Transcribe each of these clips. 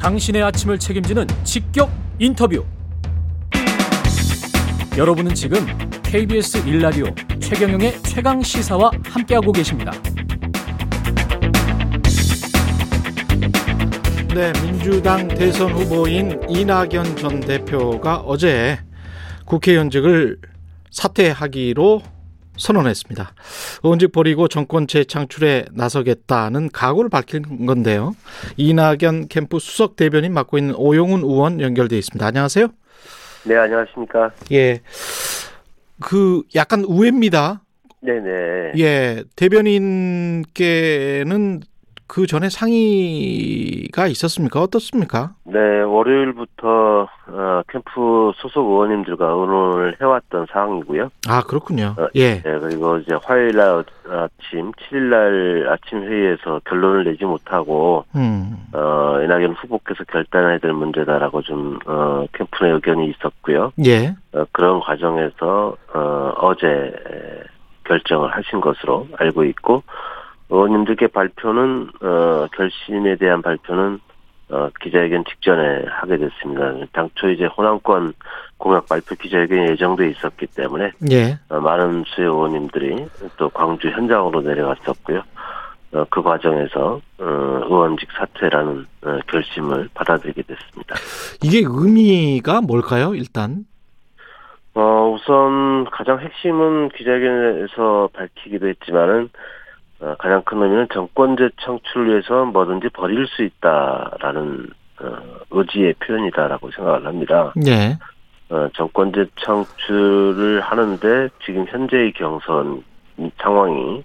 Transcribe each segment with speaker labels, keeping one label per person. Speaker 1: 당신의 아침을 책임지는 직격 인터뷰. 여러분은 지금 KBS 일라디오 최경영의 최강 시사와 함께하고 계십니다.
Speaker 2: 네, 민주당 대선 후보인 이낙연 전 대표가 어제 국회의원직을 사퇴하기로 선언했습니다. 의원직 버리고 정권 재창출에 나서겠다는 각오를 밝힌 건데요. 이낙연 캠프 수석 대변인 맡고 있는 오용훈 의원 연결돼 있습니다. 안녕하세요.
Speaker 3: 네, 안녕하십니까.
Speaker 2: 예. 그 약간 우회입니다.
Speaker 3: 네네.
Speaker 2: 예, 대변인께는 그 전에 상의가 있었습니까? 어떻습니까?
Speaker 3: 네, 월요일부터 어, 캠프 소속 의원님들과 의논을 해왔던 상황이고요.
Speaker 2: 아 그렇군요.
Speaker 3: 어,
Speaker 2: 예.
Speaker 3: 네, 그리고 이제 화요일 날 아침, 7일 날 아침 회의에서 결론을 내지 못하고
Speaker 2: 음.
Speaker 3: 어, 이낙연 후보께서 결단해야 될 문제다라고 좀 어, 캠프 내 의견이 있었고요.
Speaker 2: 예.
Speaker 3: 어, 그런 과정에서 어, 어제 에, 결정을 하신 것으로 알고 있고 의원님들께 발표는 어, 결심에 대한 발표는 어, 기자회견 직전에 하게 됐습니다. 당초 이제 호남권 공약 발표 기자회견이 예정돼 있었기 때문에
Speaker 2: 예.
Speaker 3: 어, 많은 수의 의원님들이 또 광주 현장으로 내려갔었고요. 어, 그 과정에서 어, 의원직 사퇴라는 어, 결심을 받아들이게 됐습니다.
Speaker 2: 이게 의미가 뭘까요? 일단.
Speaker 3: 어, 우선 가장 핵심은 기자회견에서 밝히기도 했지만은 어, 가장 큰 의미는 정권 재창출을 위해서 뭐든지 버릴 수 있다라는 어, 의지의 표현이다라고 생각을 합니다.
Speaker 2: 예.
Speaker 3: 어, 정권 재창출을 하는데 지금 현재의 경선 상황이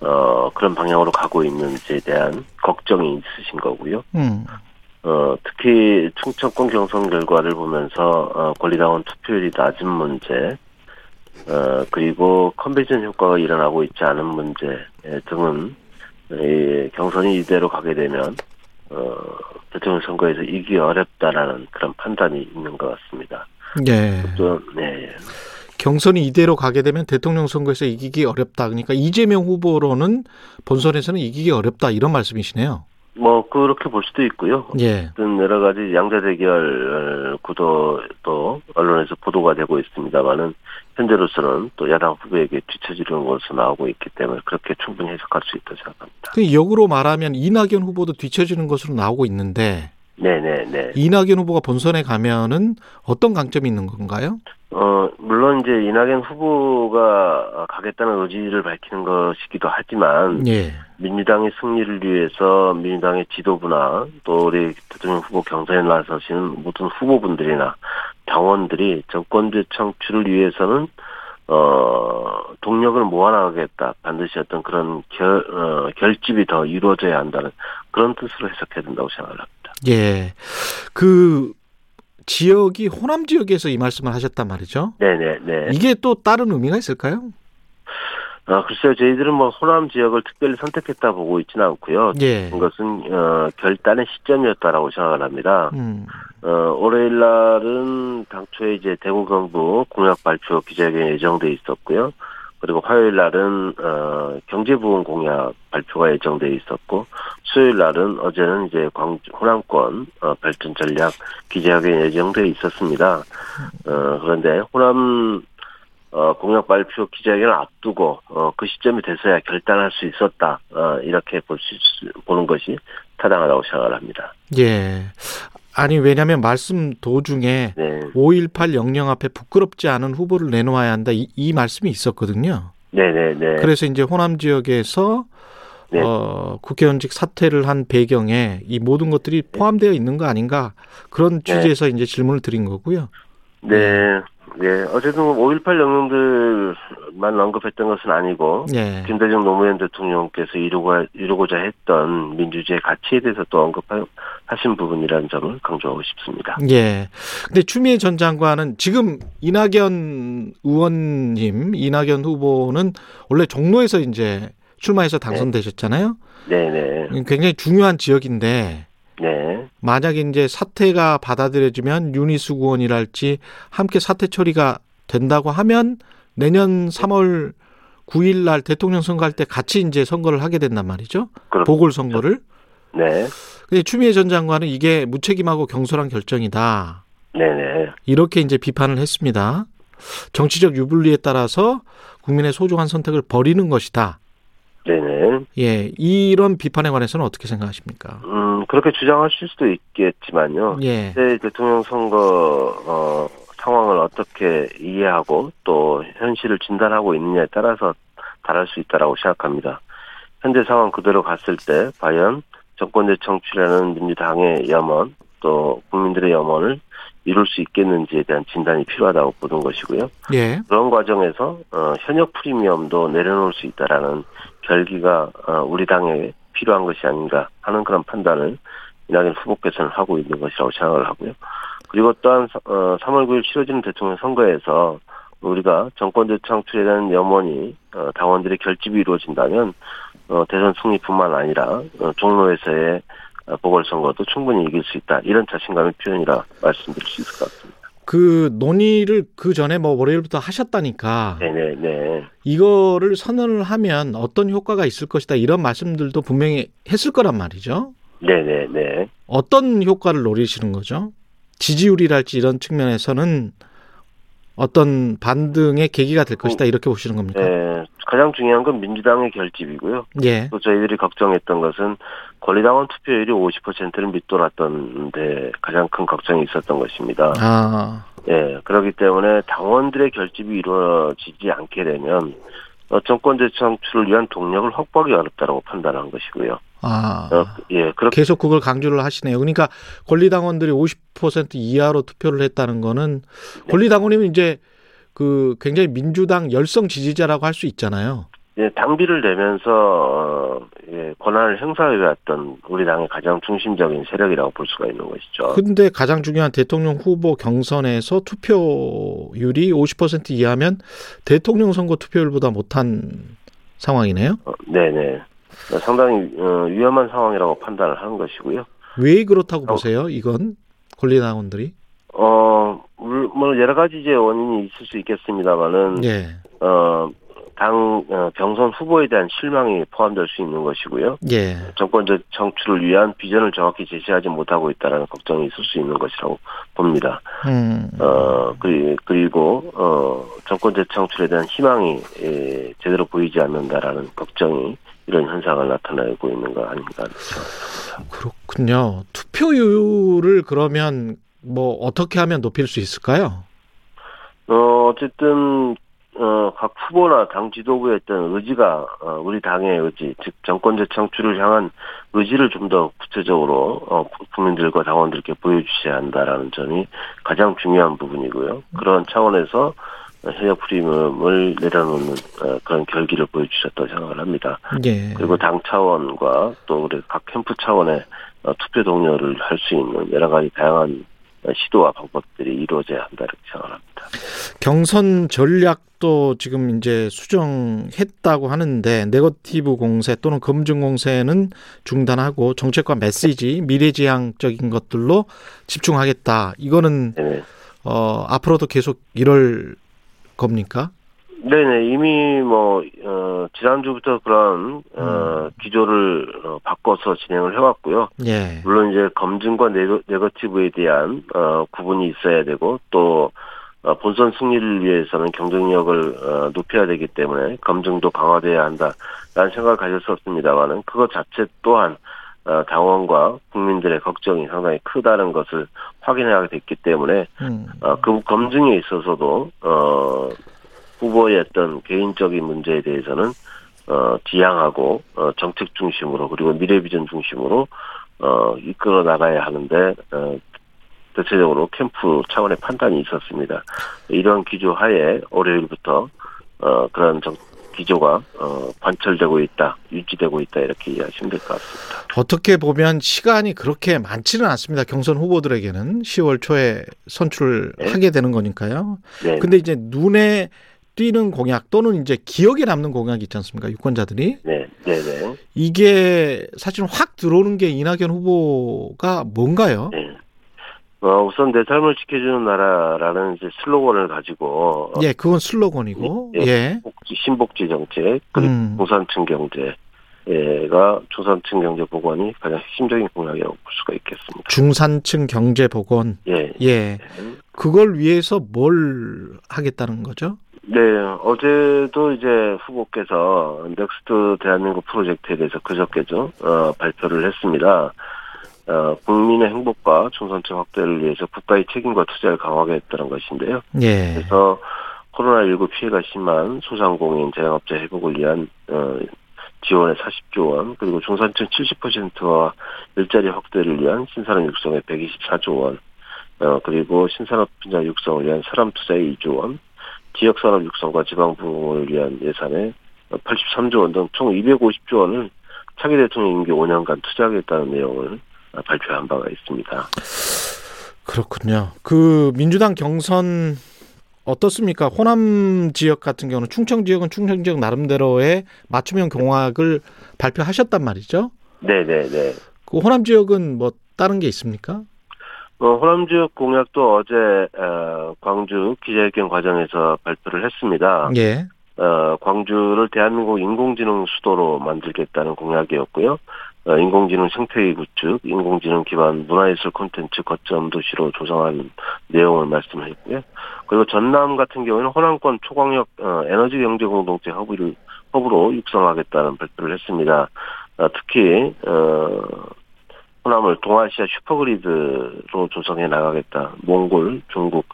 Speaker 3: 어, 그런 방향으로 가고 있는지에 대한 걱정이 있으신 거고요.
Speaker 2: 음.
Speaker 3: 어, 특히 충청권 경선 결과를 보면서 어, 권리당원 투표율이 낮은 문제, 어, 그리고 컨벤션 효과가 일어나고 있지 않은 문제 예, 등은 이 경선이 이대로 가게 되면 어, 대통령 선거에서 이기 어렵다라는 그런 판단이 있는 것 같습니다.
Speaker 2: 예.
Speaker 3: 또, 네, 예.
Speaker 2: 경선이 이대로 가게 되면 대통령 선거에서 이기기 어렵다. 그러니까 이재명 후보로는 본선에서는 이기기 어렵다 이런 말씀이시네요.
Speaker 3: 뭐 그렇게 볼 수도 있고요.
Speaker 2: 예.
Speaker 3: 어떤 여러 가지 양자 대결 구도도 언론에서 보도가 되고 있습니다만은 현재로서는 또 야당 후보에게 뒤처지는 것으로 나오고 있기 때문에 그렇게 충분히 해석할 수 있다고 생각합니다.
Speaker 2: 그 역으로 말하면 이낙연 후보도 뒤처지는 것으로 나오고 있는데
Speaker 3: 네네네.
Speaker 2: 이낙연 후보가 본선에 가면은 어떤 강점이 있는 건가요?
Speaker 3: 어, 물론 이제 이낙연 후보가 가겠다는 의지를 밝히는 것이기도 하지만
Speaker 2: 예.
Speaker 3: 민주당의 승리를 위해서 민주당의 지도부나 또 우리 대통령 후보 경선에 나서시는 모든 후보분들이나 당원들이 정권제 창출을 위해서는 어 동력을 모아나가겠다 반드시 어떤 그런 결 어, 결집이 더 이루어져야 한다는 그런 뜻으로 해석해야 된다고 생각을 합니다.
Speaker 2: 예. 그 지역이 호남 지역에서 이 말씀을 하셨단 말이죠.
Speaker 3: 네네네.
Speaker 2: 이게 또 다른 의미가 있을까요?
Speaker 3: 아 글쎄요 저희들은 뭐 호남 지역을 특별히 선택했다 보고 있지는 않고요.
Speaker 2: 예.
Speaker 3: 그것은 어, 결단의 시점이었다라고 생각을 합니다.
Speaker 2: 음.
Speaker 3: 어, 월요일 날은 당초에 이제 대구 경북 공약 발표 기자회견 예정돼 있었고요. 그리고 화요일 날은 어, 경제부문 공약 발표가 예정돼 있었고 수요일 날은 어제는 이제 광주 호남권 어, 발전 전략 기자회견 예정돼 있었습니다. 어, 그런데 호남 어, 공약 발표 기자회견을 앞두고 어, 그 시점이 돼서야 결단할 수 있었다 어, 이렇게 볼 수, 있- 보는 것이 타당하다고 생각을 합니다.
Speaker 2: 예. 아니 왜냐하면 말씀 도중에
Speaker 3: 네.
Speaker 2: 5.18 영령 앞에 부끄럽지 않은 후보를 내놓아야 한다 이, 이 말씀이 있었거든요.
Speaker 3: 네네네.
Speaker 2: 그래서 이제 호남 지역에서
Speaker 3: 네.
Speaker 2: 어, 국회의원직 사퇴를 한 배경에 이 모든 것들이 포함되어 있는 거 아닌가 그런 취지에서 이제 질문을 드린 거고요.
Speaker 3: 네. 네. 어쨌든 5.18 영웅들만 언급했던 것은 아니고,
Speaker 2: 예.
Speaker 3: 김대중 노무현 대통령께서 이루고, 이루고자 했던 민주주의 가치에 대해서 또 언급하신 부분이라는 점을 강조하고 싶습니다.
Speaker 2: 예. 근데 추미애 전 장관은 지금 이낙연 의원님, 이낙연 후보는 원래 종로에서 이제 출마해서
Speaker 3: 네.
Speaker 2: 당선되셨잖아요.
Speaker 3: 네네.
Speaker 2: 굉장히 중요한 지역인데
Speaker 3: 네.
Speaker 2: 만약에 이제 사태가 받아들여지면 윤희숙 의원이랄지 함께 사태 처리가 된다고 하면 내년 3월 9일 날 대통령 선거할 때 같이 이제 선거를 하게 된단 말이죠.
Speaker 3: 그렇,
Speaker 2: 보궐 선거를.
Speaker 3: 네,
Speaker 2: 근데 추미애 전 장관은 이게 무책임하고 경솔한 결정이다.
Speaker 3: 네네.
Speaker 2: 이렇게 이제 비판을 했습니다. 정치적 유불리에 따라서 국민의 소중한 선택을 버리는 것이다.
Speaker 3: 네네.
Speaker 2: 예, 이런 비판에 관해서는 어떻게 생각하십니까?
Speaker 3: 음, 그렇게 주장하실 수도 있겠지만요.
Speaker 2: 예,
Speaker 3: 새 대통령 선거, 어, 상황을 어떻게 이해하고 또 현실을 진단하고 있느냐에 따라서 다를 수 있다라고 생각합니다. 현재 상황 그대로 갔을 때, 과연 정권제 청취라는 민주당의 염원, 또 국민들의 염원을 이룰 수 있겠는지에 대한 진단이 필요하다고 보는 것이고요.
Speaker 2: 예,
Speaker 3: 그런 과정에서 어, 현역 프리미엄도 내려놓을 수 있다라는 결기가 어, 우리 당에 필요한 것이 아닌가 하는 그런 판단을 이낙연 후보께서는 하고 있는 것이라고 생각을 하고요. 그리고 또한 어, 3월 9일 치러지는 대통령 선거에서 우리가 정권 재창출에 대한 염원이 어, 당원들의 결집이 이루어진다면 어, 대선 승리뿐만 아니라 어, 종로에서의 어, 보궐선거도 충분히 이길 수 있다. 이런 자신감의 표현이라 말씀드릴 수 있을 것 같습니다.
Speaker 2: 그 논의를 그 전에 뭐 월요일부터 하셨다니까
Speaker 3: 네네네.
Speaker 2: 이거를 선언을 하면 어떤 효과가 있을 것이다 이런 말씀들도 분명히 했을 거란 말이죠.
Speaker 3: 네네네.
Speaker 2: 어떤 효과를 노리시는 거죠? 지지율이랄지 이런 측면에서는 어떤 반등의 계기가 될 것이다 이렇게 보시는 겁니까?
Speaker 3: 네, 가장 중요한 건 민주당의 결집이고요.
Speaker 2: 예,
Speaker 3: 또 저희들이 걱정했던 것은 권리당원 투표율이 50%를 밑돌았던데 가장 큰 걱정이 있었던 것입니다.
Speaker 2: 아,
Speaker 3: 예, 그렇기 때문에 당원들의 결집이 이루어지지 않게 되면 어, 정권 재창출을 위한 동력을 확보하기 어렵다고 판단한 것이고요.
Speaker 2: 아.
Speaker 3: 어, 예, 그렇게
Speaker 2: 계속 그걸 강조를 하시네요. 그러니까 권리당원들이 50% 이하로 투표를 했다는 거는
Speaker 3: 네.
Speaker 2: 권리당원이면 이제 그 굉장히 민주당 열성 지지자라고 할 수 있잖아요.
Speaker 3: 예, 당비를 내면서 어, 예, 권한을 행사해왔던 우리 당의 가장 중심적인 세력이라고 볼 수가 있는 것이죠.
Speaker 2: 근데 가장 중요한 대통령 후보 경선에서 투표율이 50% 이하면 대통령 선거 투표율보다 못한 상황이네요.
Speaker 3: 어, 네네. 어, 상당히 어, 위험한 상황이라고 판단을 하는 것이고요.
Speaker 2: 왜 그렇다고
Speaker 3: 어.
Speaker 2: 보세요? 이건 권리당원들이?
Speaker 3: 어, 물- 뭐 여러 가지 이제 원인이 있을 수 있겠습니다만은
Speaker 2: 예,
Speaker 3: 어, 당 어, 경선 후보에 대한 실망이 포함될 수 있는 것이고요.
Speaker 2: 예.
Speaker 3: 정권적 청출을 위한 비전을 정확히 제시하지 못하고 있다라는 걱정이 있을 수 있는 것이라고 봅니다.
Speaker 2: 음,
Speaker 3: 어, 그리- 그리고, 어, 정권 재창출에 대한 희망이, 예, 제대로 보이지 않는다라는 걱정이 이런 현상을 나타내고 있는 거 아닌가.
Speaker 2: 그렇군요. 투표율을 그러면 뭐 어떻게 하면 높일 수 있을까요?
Speaker 3: 어, 어쨌든, 어, 각 후보나 당 지도부의 어떤 의지가, 어, 우리 당의 의지, 즉, 정권 재창출을 향한 의지를 좀 더 구체적으로, 어, 국민들과 당원들께 보여주셔야 한다라는 점이 가장 중요한 부분이고요. 그런 차원에서 현역 프리미엄을 내려놓는 어, 그런 결기를 보여주셨다고 생각을 합니다.
Speaker 2: 예.
Speaker 3: 그리고 당 차원과 또 우리 각 캠프 차원의 어, 투표 동료를 할 수 있는 여러 가지 다양한 어, 시도와 방법들이 이루어져야 한다 이렇게 생각을 합니다.
Speaker 2: 경선 전략도 지금 이제 수정했다고 하는데 네거티브 공세 또는 검증 공세는 중단하고 정책과 메시지, 미래지향적인 것들로 집중하겠다. 이거는
Speaker 3: 네네.
Speaker 2: 어 앞으로도 계속 이럴 겁니까?
Speaker 3: 네네 이미 뭐 어, 지난주부터 그런 어, 기조를 어, 바꿔서 진행을 해왔고요.
Speaker 2: 예.
Speaker 3: 물론 이제 검증과 네거, 네거티브에 대한 어, 구분이 있어야 되고 또 어, 본선 승리를 위해서는 경쟁력을 어, 높여야 되기 때문에 검증도 강화돼야 한다라는 생각을 가질 수 없습니다만은 그것 자체 또한 어, 당원과 국민들의 걱정이 상당히 크다는 것을 확인하게 됐기 때문에
Speaker 2: 음.
Speaker 3: 어, 그 검증에 있어서도 어, 후보의 어떤 개인적인 문제에 대해서는 어, 지향하고 어, 정책 중심으로 그리고 미래 비전 중심으로 어, 이끌어 나가야 하는데 어, 대체적으로 캠프 차원의 판단이 있었습니다. 이러한 기조 하에 월요일부터 어, 그런 정- 기조가 어, 관철되고 있다, 유지되고 있다 이렇게 이해하시면 될 것 같습니다.
Speaker 2: 어떻게 보면 시간이 그렇게 많지는 않습니다. 경선 후보들에게는 10월 초에 선출을
Speaker 3: 네.
Speaker 2: 하게 되는 거니까요.
Speaker 3: 네,
Speaker 2: 근데 이제 눈에 띄는 공약 또는 이제 기억에 남는 공약이 있지 않습니까? 유권자들이
Speaker 3: 네, 네, 네.
Speaker 2: 이게 사실 확 들어오는 게 이낙연 후보가 뭔가요?
Speaker 3: 네. 어, 우선 내 삶을 지켜주는 나라라는 이제 슬로건을 가지고 어,
Speaker 2: 예, 그건 슬로건이고
Speaker 3: 예.
Speaker 2: 예,
Speaker 3: 복지, 신복지 정책 그리고
Speaker 2: 음.
Speaker 3: 공산층 경제 예가 중산층 경제 복원이 가장 핵심적인 공약이라고 볼 수가 있겠습니다.
Speaker 2: 중산층 경제 복원.
Speaker 3: 예.
Speaker 2: 예. 그걸 위해서 뭘 하겠다는 거죠?
Speaker 3: 네, 어제도 이제 후보께서 넥스트 대한민국 프로젝트에 대해서 그저께죠, 어, 발표를 했습니다. 어, 국민의 행복과 중산층 확대를 위해서 국가의 책임과 투자를 강화하겠다는 것인데요.
Speaker 2: 예.
Speaker 3: 그래서 코로나19 피해가 심한 소상공인 자영업자 회복을 위한 어, 지원의 40조 원 그리고 중산층 70%와 일자리 확대를 위한 신산업 육성의 124조 원 어, 그리고 신산업 분야 육성을 위한 사람 투자의 2조 원 지역산업 육성과 지방부흥을 위한 예산의 83조 원 등 총 250조 원을 차기 대통령 임기 5년간 투자하겠다는 내용을 어, 발표한 바가 있습니다.
Speaker 2: 그렇군요. 그 민주당 경선 어떻습니까? 호남 지역 같은 경우는 충청 지역은 충청 지역 나름대로의 맞춤형 공약을 발표하셨단 말이죠.
Speaker 3: 네네네.
Speaker 2: 그 호남 지역은 뭐 다른 게 있습니까?
Speaker 3: 어, 호남 지역 공약도 어제 어, 광주 기자회견 과정에서 발표를 했습니다.
Speaker 2: 예.
Speaker 3: 어, 광주를 대한민국 인공지능 수도로 만들겠다는 공약이었고요. 어, 인공지능 생태계 구축, 인공지능 기반 문화예술 콘텐츠 거점 도시로 조성하는 내용을 말씀했고요. 그리고 전남 같은 경우에는 호남권 초광역 어, 에너지 경제 공동체 허브를 허브로 육성하겠다는 발표를 했습니다. 어, 특히 어, 호남을 동아시아 슈퍼그리드로 조성해 나가겠다. 몽골, 중국,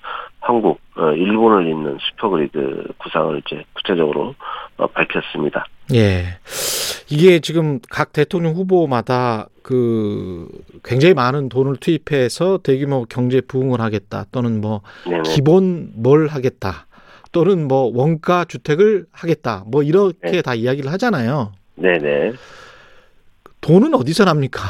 Speaker 3: 한국, 어, 일본을 잇는 슈퍼그리드 구상을 이제 구체적으로 어, 밝혔습니다.
Speaker 2: 예. 이게 지금 각 대통령 후보마다 그 굉장히 많은 돈을 투입해서 대규모 경제 부흥을 하겠다 또는 뭐
Speaker 3: 네네.
Speaker 2: 기본 뭘 하겠다 또는 뭐 원가 주택을 하겠다 뭐 이렇게
Speaker 3: 네.
Speaker 2: 다 이야기를 하잖아요.
Speaker 3: 네네.
Speaker 2: 돈은 어디서 납니까?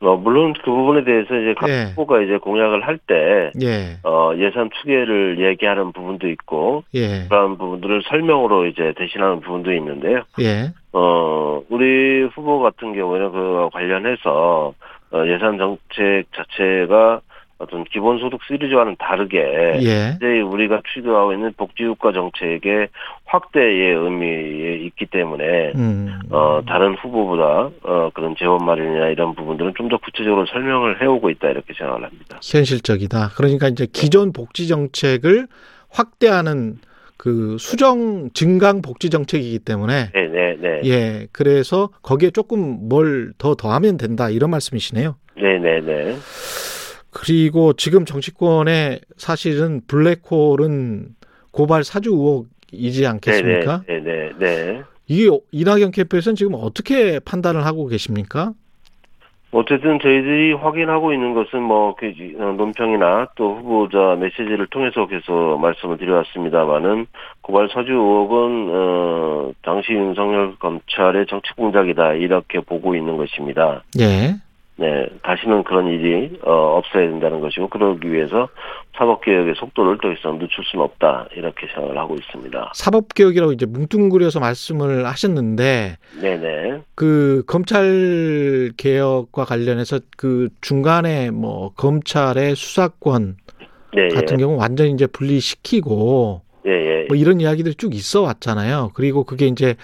Speaker 3: 어, 물론 그 부분에 대해서 이제 각
Speaker 2: 예.
Speaker 3: 후보가 이제 공약을 할 때
Speaker 2: 예.
Speaker 3: 어, 예산 추계를 얘기하는 부분도 있고
Speaker 2: 예.
Speaker 3: 그런 부분들을 설명으로 이제 대신하는 부분도 있는데요.
Speaker 2: 예.
Speaker 3: 어, 우리 후보 같은 경우에는 그 관련해서 어, 예산 정책 자체가 어떤 기본소득 시리즈와는 다르게
Speaker 2: 예.
Speaker 3: 현재 우리가 추구하고 있는 복지국가 정책의 확대의 의미에 있기 때문에
Speaker 2: 음.
Speaker 3: 어, 다른 후보보다 어, 그런 재원 마련이나 이런 부분들은 좀 더 구체적으로 설명을 해오고 있다 이렇게 생각을 합니다.
Speaker 2: 현실적이다. 그러니까 이제 기존 복지 정책을 확대하는 그 수정 증강 복지 정책이기 때문에
Speaker 3: 네, 네, 네,
Speaker 2: 예. 그래서 거기에 조금 뭘 더 더하면 된다 이런 말씀이시네요.
Speaker 3: 네, 네, 네,
Speaker 2: 그리고 지금 정치권에 사실은 블랙홀은 고발 사주 의혹이지 않겠습니까?
Speaker 3: 네, 네, 네, 네.
Speaker 2: 이게 이낙연 캠프에서는 지금 어떻게 판단을 하고 계십니까?
Speaker 3: 어쨌든 저희들이 확인하고 있는 것은 뭐 그, 어, 논평이나 또 후보자 메시지를 통해서 계속 말씀을 드려왔습니다만은 고발 서주 의혹은 어, 당시 윤석열 검찰의 정치 공작이다 이렇게 보고 있는 것입니다.
Speaker 2: 예.
Speaker 3: 네, 다시는 그런 일이 어, 없어야 된다는 것이고 그러기 위해서 사법개혁의 속도를 더 이상 늦출 수는 없다 이렇게 생각을 하고 있습니다.
Speaker 2: 사법개혁이라고 이제 뭉뚱그려서 말씀을 하셨는데
Speaker 3: 네네.
Speaker 2: 그 검찰 개혁과 관련해서 그 중간에 뭐 검찰의 수사권
Speaker 3: 네,
Speaker 2: 같은 경우 완전히 이제 분리시키고
Speaker 3: 예, 예.
Speaker 2: 뭐 이런 이야기들이 쭉 있어 왔잖아요. 그리고 그게 이제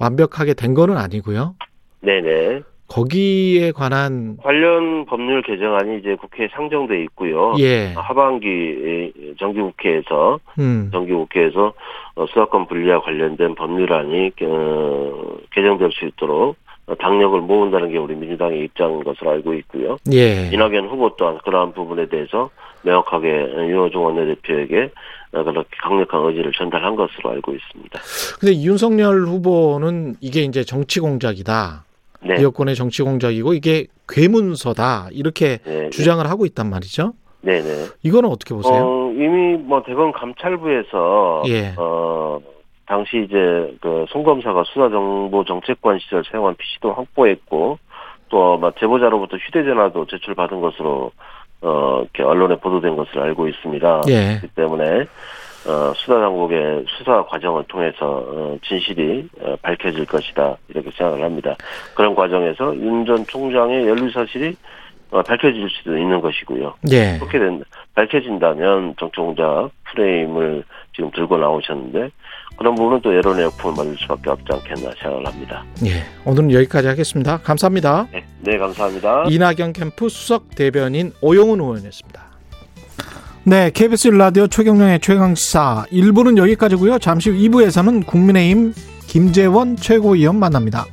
Speaker 2: 완벽하게 된 거는 아니고요.
Speaker 3: 네네.
Speaker 2: 거기에 관한
Speaker 3: 관련 법률 개정안이 이제 국회에 상정돼 있고요.
Speaker 2: 예.
Speaker 3: 하반기 정기국회에서
Speaker 2: 음.
Speaker 3: 정기국회에서 어, 수사권 분리와 관련된 법률안이 어, 개정될 수 있도록 어, 당력을 모은다는 게 우리 민주당의 입장인 것으로 알고 있고요.
Speaker 2: 예.
Speaker 3: 이낙연 후보 또한 그러한 부분에 대해서 명확하게 어, 윤호중 원내대표에게 어, 그렇게 강력한 의지를 전달한 것으로 알고 있습니다.
Speaker 2: 근데 윤석열 후보는 이게 이제 정치 공작이다.
Speaker 3: 네.
Speaker 2: 여권의 정치 공작이고 이게 괴문서다. 이렇게
Speaker 3: 네,
Speaker 2: 주장을 하고 있단 말이죠.
Speaker 3: 네, 네.
Speaker 2: 이거는 어떻게 보세요?
Speaker 3: 어, 이미 뭐 대검 감찰부에서
Speaker 2: 예.
Speaker 3: 어, 당시 이제 그송 검사가 수사정보 정책관 시절 사용한 PC도 확보했고 또 아마 제보자로부터 휴대전화도 제출받은 것으로 어, 이렇게 언론에 보도된 것으로 알고 있습니다.
Speaker 2: 예.
Speaker 3: 그렇기 때문에 어, 수사 당국의 수사 과정을 통해서 어, 진실이 어, 밝혀질 것이다 이렇게 생각을 합니다. 그런 과정에서 윤 전 총장의 연루 사실이 어, 밝혀질 수도 있는 것이고요.
Speaker 2: 예.
Speaker 3: 그렇게 된 밝혀진다면 정치공작 프레임을 지금 들고 나오셨는데 그런 부분은 또 여론의 역풍을 맞을 수밖에 없지 않겠나 생각을 합니다.
Speaker 2: 예. 오늘은 여기까지 하겠습니다. 감사합니다.
Speaker 3: 네, 네 감사합니다.
Speaker 2: 이낙연 캠프 수석 대변인 오용훈 의원이었습니다.
Speaker 4: 네, KBS 라디오 최경령의 최강시사 1부는 여기까지고요. 잠시 후 2부에서는 국민의힘 김재원 최고위원 만납니다.